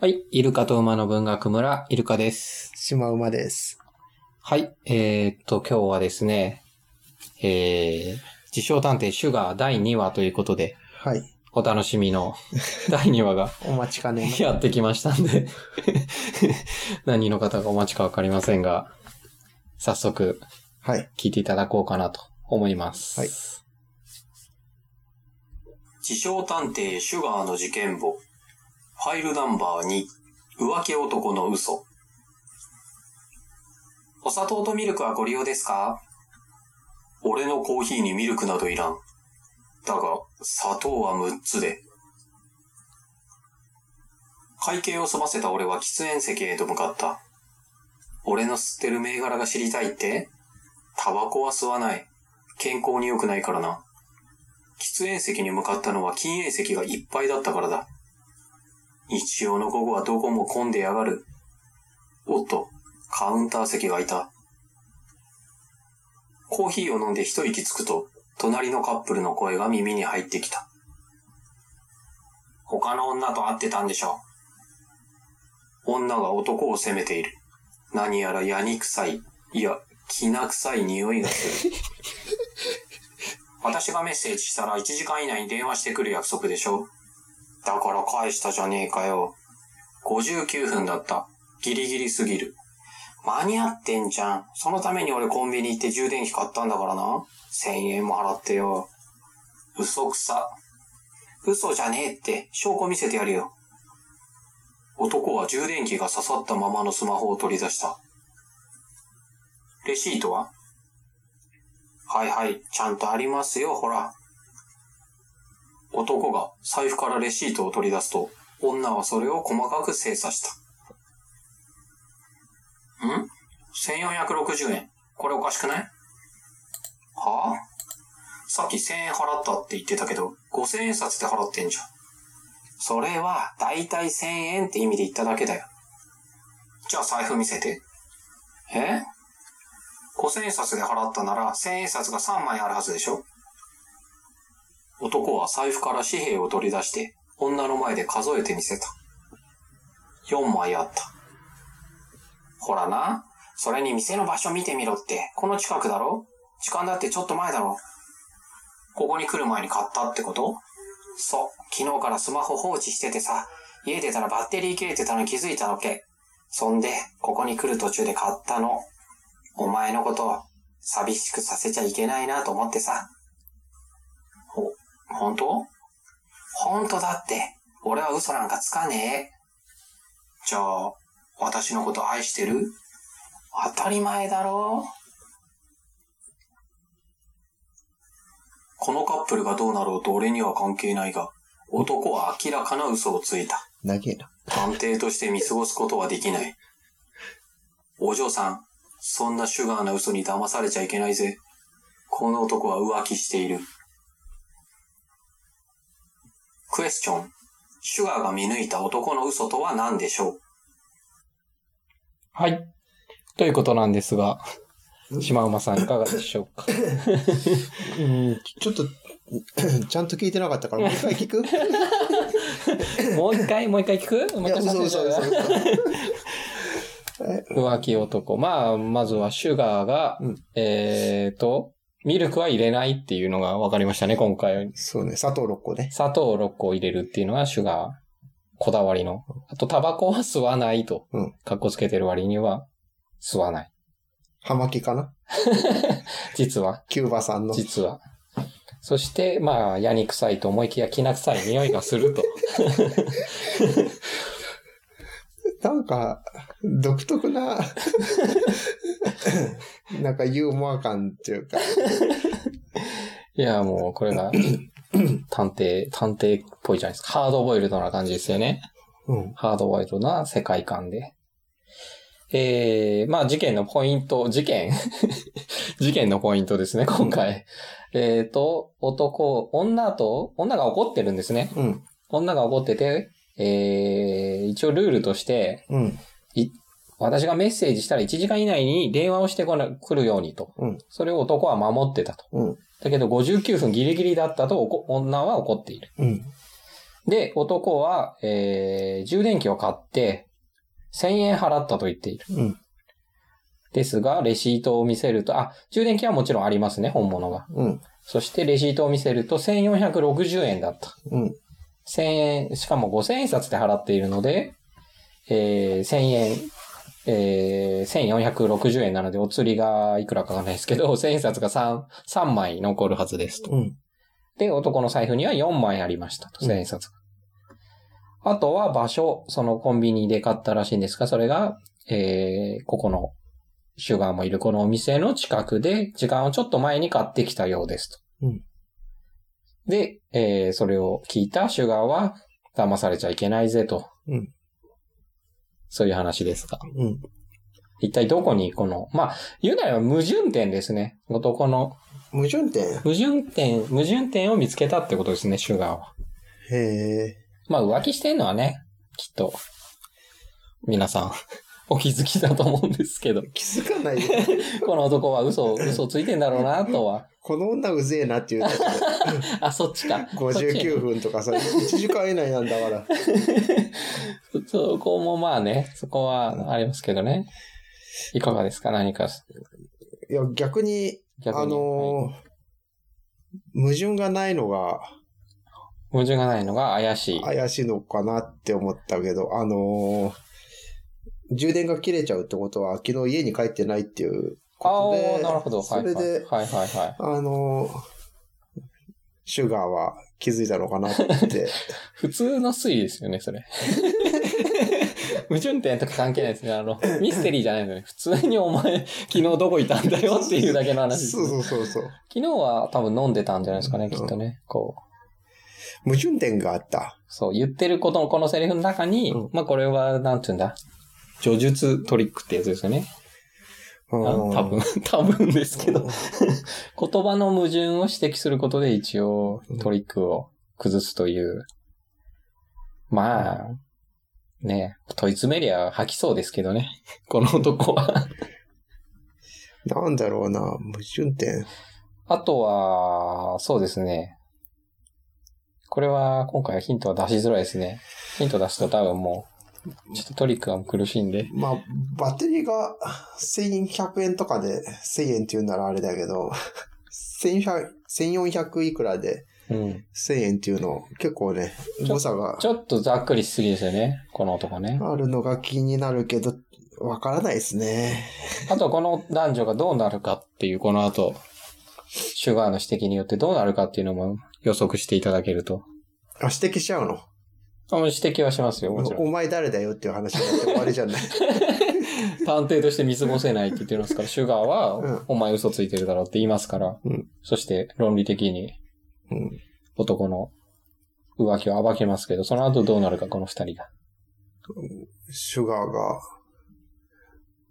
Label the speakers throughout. Speaker 1: はい。イルカと馬の文学村、イルカです。
Speaker 2: シマウマです。
Speaker 1: はい。えーっと、今日はですね、えー、自称探偵シュガー第2話ということで、
Speaker 2: はい。
Speaker 1: お楽しみの 第2話が
Speaker 2: お待ちかねの。
Speaker 1: やってきましたんで、 何の方がお待ちかわかりませんが、早速
Speaker 2: はい。
Speaker 1: 聞いていただこうかなと思います。
Speaker 2: はい。
Speaker 1: 自称探偵シュガーの事件簿。ファイルナンバー2。浮気男の嘘。お砂糖とミルクはご利用ですか俺のコーヒーにミルクなどいらん。だが、砂糖は6つで。会計を済ませた俺は喫煙席へと向かった。俺の吸ってる銘柄が知りたいってタバコは吸わない。健康に良くないからな。喫煙席に向かったのは禁煙席がいっぱいだったからだ。日曜の午後はどこも混んでやがる。おっと、カウンター席がいた。コーヒーを飲んで一息つくと、隣のカップルの声が耳に入ってきた。他の女と会ってたんでしょ女が男を責めている。何やら矢に臭い、いや、きな臭い匂いがする。 私がメッセージしたら1時間以内に電話してくる約束でしょだから返したじゃねえかよ。59分だった。ギリギリすぎる。間に合ってんじゃん。そのために俺コンビニ行って充電器買ったんだからな。1000円も払ってよ。嘘くさ。嘘じゃねえって、証拠見せてやるよ。男は充電器が刺さったままのスマホを取り出した。レシートははいはい、ちゃんとありますよ、ほら。男が財布からレシートを取り出すと、女はそれを細かく精査した。ん ?1460 円。これおかしくないはあさっき1000円払ったって言ってたけど、5000円札で払ってんじゃん。それは、だいたい1000円って意味で言っただけだよ。じゃあ財布見せて。え ?5000 円札で払ったなら、1000円札が3枚あるはずでしょ男は財布から紙幣を取り出して、女の前で数えてみせた。4枚あった。ほらな、それに店の場所見てみろって、この近くだろ時間だってちょっと前だろここに来る前に買ったってことそう、昨日からスマホ放置しててさ、家出たらバッテリー切れてたの気づいたわけ。そんで、ここに来る途中で買ったの。お前のこと、寂しくさせちゃいけないなと思ってさ。ほ、本当本当だって。俺は嘘なんかつかねえ。じゃあ、私のこと愛してる当たり前だろこのカップルがどうなろうと俺には関係ないが、男は明らかな嘘をついた。
Speaker 2: 長えな。
Speaker 1: 探偵として見過ごすことはできない。お嬢さん、そんなシュガーな嘘に騙されちゃいけないぜ。この男は浮気している。クエスチョン。シュガーが見抜いた男の嘘とは何でしょうはい。ということなんですが、シマウマさんいかがでしょうか
Speaker 2: うん、ちょっと、 ちゃんと聞いてなかったから、もう一回聞くい
Speaker 1: もう一回、もう一回聞く
Speaker 2: や、嘘嘘嘘嘘。
Speaker 1: 浮気男。まあ、まずはシュガーが、
Speaker 2: うん
Speaker 1: えーと、ミルクは入れないっていうのが分かりましたね、今回。
Speaker 2: そうね、砂糖6個ね。
Speaker 1: 砂糖6個入れるっていうのがシュガー、こだわりの。あと、タバコは吸わないと。
Speaker 2: うん
Speaker 1: かっこつけてる割には、吸わない。
Speaker 2: 葉巻かな
Speaker 1: 実は、
Speaker 2: キューバさんの。
Speaker 1: 実は。そして、まあ、矢に臭いと思いきや、きな臭い匂いがする と。
Speaker 2: なんか、独特な、 なんかユーモア感っていうか、
Speaker 1: いや、もう、これ が、探偵、探偵っぽいじゃないですか。ハードボイルドな感じですよね。
Speaker 2: うん。
Speaker 1: ハードワイドな世界観で。えー、まあ事件のポイント、事件 事件のポイントですね、今回。えーと、男、女と、女が怒ってるんですね。
Speaker 2: うん。
Speaker 1: 女が怒ってて、えー、一応ルールとして、
Speaker 2: うん。
Speaker 1: 私がメッセージしたら1時間以内に電話をしてこな、来るようにと。
Speaker 2: うん
Speaker 1: それを男は守ってたと。
Speaker 2: うん。
Speaker 1: だけど59分ギリギリだったとおこ女は怒っている。
Speaker 2: うん。
Speaker 3: で、男は、えー、充電器を買って、1000円払ったと言っている。
Speaker 2: うん
Speaker 3: ですが、レシートを見せると、あ、充電器はもちろんありますね、本物が。
Speaker 2: うん。
Speaker 3: そして、レシートを見せると、1460円だった。
Speaker 2: うん。
Speaker 3: 1000円、しかも5000円札で払っているので、えー、1000円、えー、1460円なので、お釣りがいくらかわかんないですけど、1000円札が3、3枚残るはずですと。
Speaker 2: うん。
Speaker 3: で、男の財布には4枚ありましたと、
Speaker 2: うん
Speaker 3: 1000円札が。あとは場所、そのコンビニで買ったらしいんですが、それが、えー、ここの、シュガーもいるこのお店の近くで、時間をちょっと前に買ってきたようですと。
Speaker 2: うん
Speaker 3: で、えー、それを聞いたシュガーは、騙されちゃいけないぜと。
Speaker 2: うん
Speaker 3: そういう話ですが。
Speaker 2: うん。
Speaker 3: 一体どこにこの、まあ、言うなれば矛盾点ですね。男の
Speaker 2: 矛盾点
Speaker 3: 矛盾点、矛盾点を見つけたってことですね、シュガーは。
Speaker 2: へえ。
Speaker 3: まあ浮気してんのはね、きっと、皆さん、 お気づきだと思うんですけど、
Speaker 2: 気づかないで。
Speaker 3: この男は嘘を、嘘ついてんだろうな、とは。
Speaker 2: この女うぜえなっていうだけで。
Speaker 3: あ、そっちか。
Speaker 2: 59分とかさ、1時間以内なんだから。
Speaker 3: そっちそ こもまあね、そこはありますけどね。いかがですか何か、
Speaker 2: いや、逆に、
Speaker 3: 逆
Speaker 2: あ
Speaker 3: に。はい
Speaker 2: のー矛盾がないのが
Speaker 3: 矛盾がないのが怪しい。
Speaker 2: 怪しいのかなって思ったけど、あのー充電が切れちゃうってことは、昨日家に帰ってないっていう
Speaker 3: あ
Speaker 2: こと
Speaker 3: あ
Speaker 2: で、
Speaker 3: ー、なるほど。は
Speaker 2: そ
Speaker 3: いは
Speaker 2: れ
Speaker 3: い。
Speaker 2: で、
Speaker 3: はいはいはい。
Speaker 2: あのーシュガーは気づいたのかな って。
Speaker 3: 普通の推理ですよね、それ。 矛盾点とか関係ないですね。あの、ミステリーじゃないのね。普通にお前、昨日どこいたんだよっていうだけの話です
Speaker 2: そうそうそうそう。
Speaker 3: 昨日は多分飲んでたんじゃないですかね、きっとね。こう。
Speaker 2: 矛盾点があった。
Speaker 3: そう、言ってることのこのセリフの中に、
Speaker 2: うん
Speaker 3: まあこれは、なんて言うんだ。叙述トリックってやつですよね。
Speaker 2: うん
Speaker 3: あ多分、 多分ですけど。言葉の矛盾を指摘することで一応トリックを崩すという。まあ、ね問い詰めりゃ吐きそうですけどね。この男は。
Speaker 2: なんだろうな、矛盾点。
Speaker 3: あとは、そうですね。これは今回はヒントは出しづらいですね。ヒント出すと多分もう、ちょっとトリックが苦しいんで。
Speaker 2: まあ、バッテリーが1100円とかで1000円って言うならあれだけど、1100 1400いくらで
Speaker 3: うん。
Speaker 2: 1000円っていうの、結構ね、
Speaker 3: ちょ
Speaker 2: 誤差が
Speaker 3: ちょっとざっくりしすぎですよね。この男ね。
Speaker 2: あるのが気になるけど、わからないですね。
Speaker 3: あとこの男女がどうなるかっていう、この後、シュガーの指摘によってどうなるかっていうのも予測していただけると。
Speaker 2: あ、指摘しちゃうの
Speaker 3: あの指摘はしますよ、もちろん。
Speaker 2: お前誰だよっていう話になって終わりじゃ ない。
Speaker 3: 探偵として見過ごせないって言ってますから、シュガー
Speaker 2: うん
Speaker 3: は、お前嘘ついてるだろうって言いますから、
Speaker 2: うん
Speaker 3: そして論理的に
Speaker 2: うん、
Speaker 3: 男の浮気を暴けますけど、その後どうなるか、この二人が。
Speaker 2: シュガーが、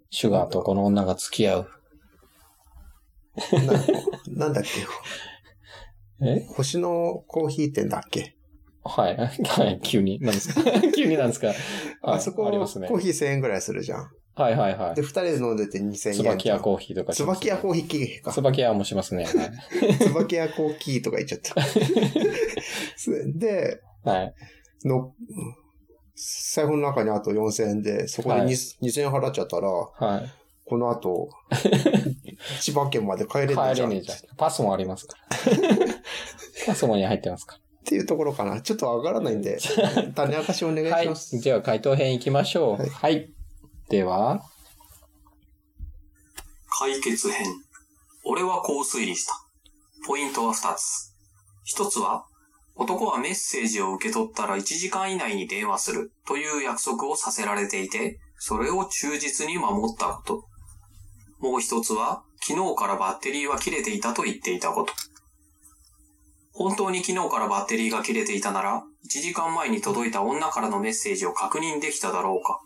Speaker 3: シュガーとこの女が付き合う。
Speaker 2: な なんだっけ
Speaker 3: え
Speaker 2: 星のコーヒー店だっけ
Speaker 3: はい。はい。 急に。なんですか急になんです か、はい、
Speaker 2: あそこ、
Speaker 3: あ
Speaker 2: コ
Speaker 3: りますね
Speaker 2: ー。ヒー1000円ぐらいするじゃん。
Speaker 3: はいはいは
Speaker 2: で、二人で飲んでて2000
Speaker 3: い。
Speaker 2: 円。
Speaker 3: 椿屋コーヒーとかします
Speaker 2: 椿
Speaker 3: ね、
Speaker 2: 屋コーヒー経営か。
Speaker 3: 椿屋もしますね。はい
Speaker 2: 椿屋コーヒーとか言っち ゃった。それで、
Speaker 3: はい。
Speaker 2: の、財布の中にあと4000円で、そこで
Speaker 3: はい
Speaker 2: 2000円払っちゃったら、
Speaker 3: は
Speaker 2: この 後、千葉県まで帰れ
Speaker 3: い。
Speaker 2: ねえ
Speaker 3: 帰
Speaker 2: じゃ
Speaker 3: れ
Speaker 2: ん。
Speaker 3: ねえ
Speaker 2: っ
Speaker 3: じゃん。パスもあります から。パスもに入ってますか
Speaker 2: ていうところかな。ちょっと上がらないん で、種明かしお願
Speaker 3: ら。はい
Speaker 2: し
Speaker 3: い
Speaker 2: ます。。
Speaker 3: では回答編行きましょう。
Speaker 2: は
Speaker 3: はいい。では、
Speaker 1: 解決編。俺はこう推理した。ポイントは2つ。1つは、男はメッセージを受け取ったら1時間以内に電話するという約束をさせられていて、それを忠実に守ったこと。もう1つは、昨日からバッテリーは切れていたと言っていたこと。本当に昨日からバッテリーが切れていたなら、1時間前に届いた女からのメッセージを確認できただろうか。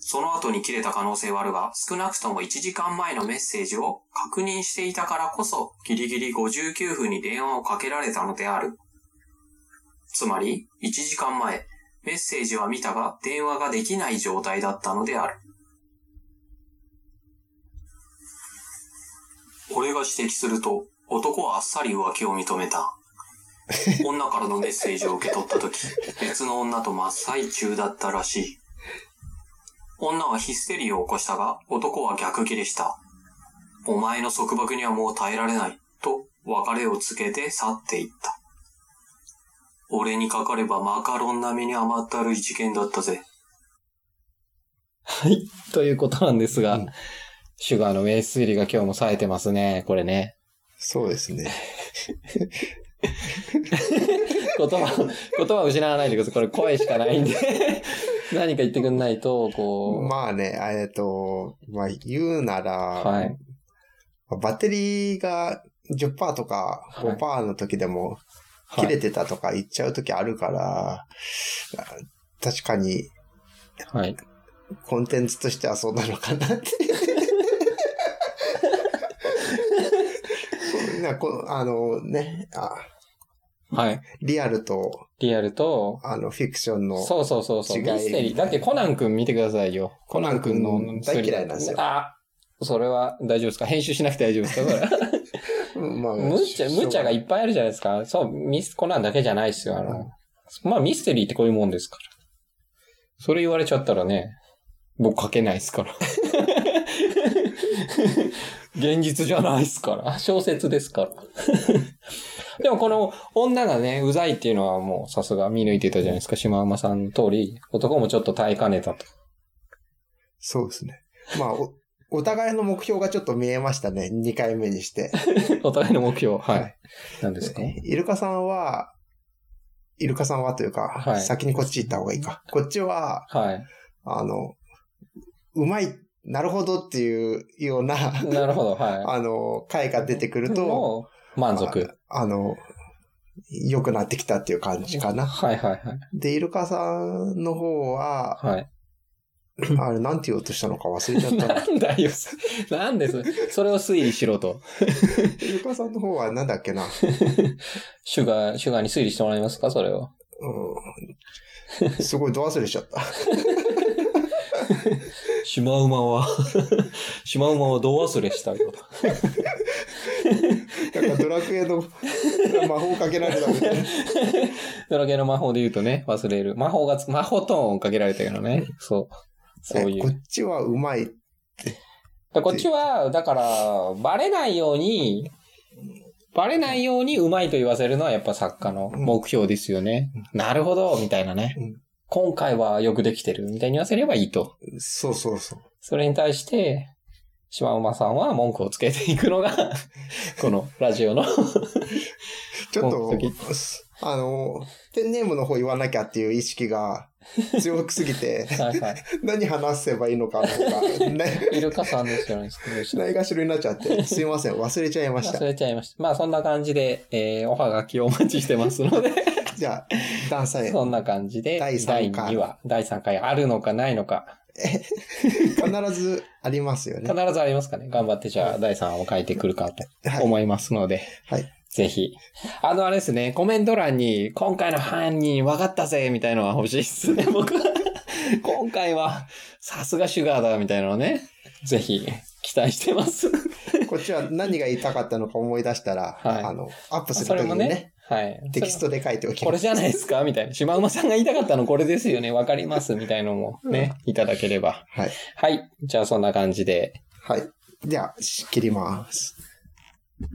Speaker 1: その後に切れた可能性はあるが、少なくとも1時間前のメッセージを確認していたからこそ、ギリギリ59分に電話をかけられたのである。つまり、1時間前、メッセージは見たが、電話ができない状態だったのである。俺が指摘すると、男はあっさり浮気を認めた。女からのメッセージを受け取った時、別の女と真っ最中だったらしい。女はヒステリーを起こしたが、男は逆切れした。お前の束縛にはもう耐えられない、と別れを告げて去っていった。俺にかかればマカロン並みに甘ったるい事件だったぜ。
Speaker 3: はい。ということなんですが、
Speaker 2: うん
Speaker 3: シュガーの名推理が今日も冴えてますね。これね。
Speaker 2: そうですね。
Speaker 3: 言葉 を、言葉を失わないでください。これ声しかないんで。何か言ってくんないと、こう。
Speaker 2: まあね、えっと、まあ言うなら、
Speaker 3: はい
Speaker 2: バッテリーが10%とか5%の時でも
Speaker 3: は
Speaker 2: 切
Speaker 3: い
Speaker 2: れてたとか言っちゃう時あるから、あ確かに
Speaker 3: はい。
Speaker 2: コンテンツとしてはそうなのかなって。なこあのねあ、
Speaker 3: はい。
Speaker 2: リアルと
Speaker 3: リアルと、
Speaker 2: あのフィクションの
Speaker 3: そうそうそうそう。
Speaker 2: 違い
Speaker 3: ミステリー。だってコナン君見てくださいよ。コナン君の
Speaker 2: うん大嫌いなんですよ
Speaker 3: あ、それは大丈夫ですか編集しなくて大丈夫ですかこれ
Speaker 2: まあ
Speaker 3: むちゃ、むちゃがいっぱいあるじゃないですか。そう、ミス、コナンだけじゃないですよ。あの、まあミステリーってこういうもんですから。それ言われちゃったらね、僕書けないですから。 現実じゃないですから。小説ですから。 でもこの女がね、うざいっていうのはもうさすが見抜いてたじゃないですか。島馬さんの通り、男もちょっと耐えかねたと。
Speaker 2: そうですね。まあ、お、お互いの目標がちょっと見えましたね。2回目にして。
Speaker 3: お互いの目標。はい。なんですか
Speaker 2: イルカさんは、イルカさんはというか、
Speaker 3: はい
Speaker 2: 先にこっち行った方がいいか。こっちは、
Speaker 3: はい。
Speaker 2: あの、うまい、なるほどっていうような、
Speaker 3: なるほど、は
Speaker 2: あの、回が出てく
Speaker 3: い。
Speaker 2: ると、
Speaker 3: もう満足。
Speaker 2: あの、良くなってきたっていう感じかな。
Speaker 3: はいはい
Speaker 2: で、イルカさんの方は、
Speaker 3: はい。はい。
Speaker 2: あれ、なんて言おうとしたのか忘れちゃった な。
Speaker 3: なんだよ。なんです。それを推理しろと。
Speaker 2: イルカさんの方はなんだっけな。
Speaker 3: シュガー、シュガーに推理してもらえますかそれを。
Speaker 2: うんすごい、ど忘れしちゃった。
Speaker 3: シマウマは、 シマウマはどう忘れしたよ。
Speaker 2: なんかドラクエの魔法かけられたみたいな。
Speaker 3: ドラゲの魔法で言うとね、忘れる。魔法がつ、魔法トーンをかけられたけどね。そう。そうい
Speaker 2: こ
Speaker 3: う。
Speaker 2: っちはうまい。
Speaker 3: でこっちは、だから、バレないように、バレないようにうまいと言わせるのはやっぱ作家の目標ですよね。なるほど、みたいなね。
Speaker 2: うん
Speaker 3: 今回はよくできてる、みたいに言わせればいいと。
Speaker 2: そうそうそう。
Speaker 3: それに対して、島馬さんは文句をつけていく のが、このラジオの
Speaker 2: ちょっ
Speaker 3: もう時、
Speaker 2: と、すあの、ペンネームの方言わなきゃっていう意識が強くすぎて
Speaker 3: はいはい。
Speaker 2: 何話せばいいのかの方が、ね、
Speaker 3: イルカさんですよね。
Speaker 2: ないがしろになっちゃって、すいません、忘れちゃいました
Speaker 3: 忘。れちゃいました。まあそんな感じで、えー、おはがきをお待ちしてますの で、
Speaker 2: じゃあ、ダンサーへ
Speaker 3: そんな感じで、
Speaker 2: 第三回
Speaker 3: 第2話、第3回あるのかないのか、
Speaker 2: 必ずありますよ
Speaker 3: 必
Speaker 2: ね。
Speaker 3: ずありますかね。頑張ってじゃあ第3話を書いてくるかと思いますので、
Speaker 2: はい。
Speaker 3: ぜひ。あのあれですね、コメント欄に、今回の犯人分かったぜみたいのは欲しいです ね、僕は。今回は、さすがシュガーだみたいなのね、ぜひ期待してます。
Speaker 2: こっちは何が言いたかったのか思い出したら、
Speaker 3: はい
Speaker 2: あの、アップする
Speaker 3: そ
Speaker 2: と
Speaker 3: れ
Speaker 2: き
Speaker 3: も
Speaker 2: に
Speaker 3: ね
Speaker 2: ね、、
Speaker 3: はい。
Speaker 2: テキストで書いておき
Speaker 3: こ
Speaker 2: ま
Speaker 3: れ
Speaker 2: す。
Speaker 3: じゃないですかみたいな。島馬さんが言いたかったのこれですよね。わかりますみたいのもね、いただければ。
Speaker 2: はい。
Speaker 3: はい。じゃあそんな感じで。
Speaker 2: はい。じゃあ、切ります。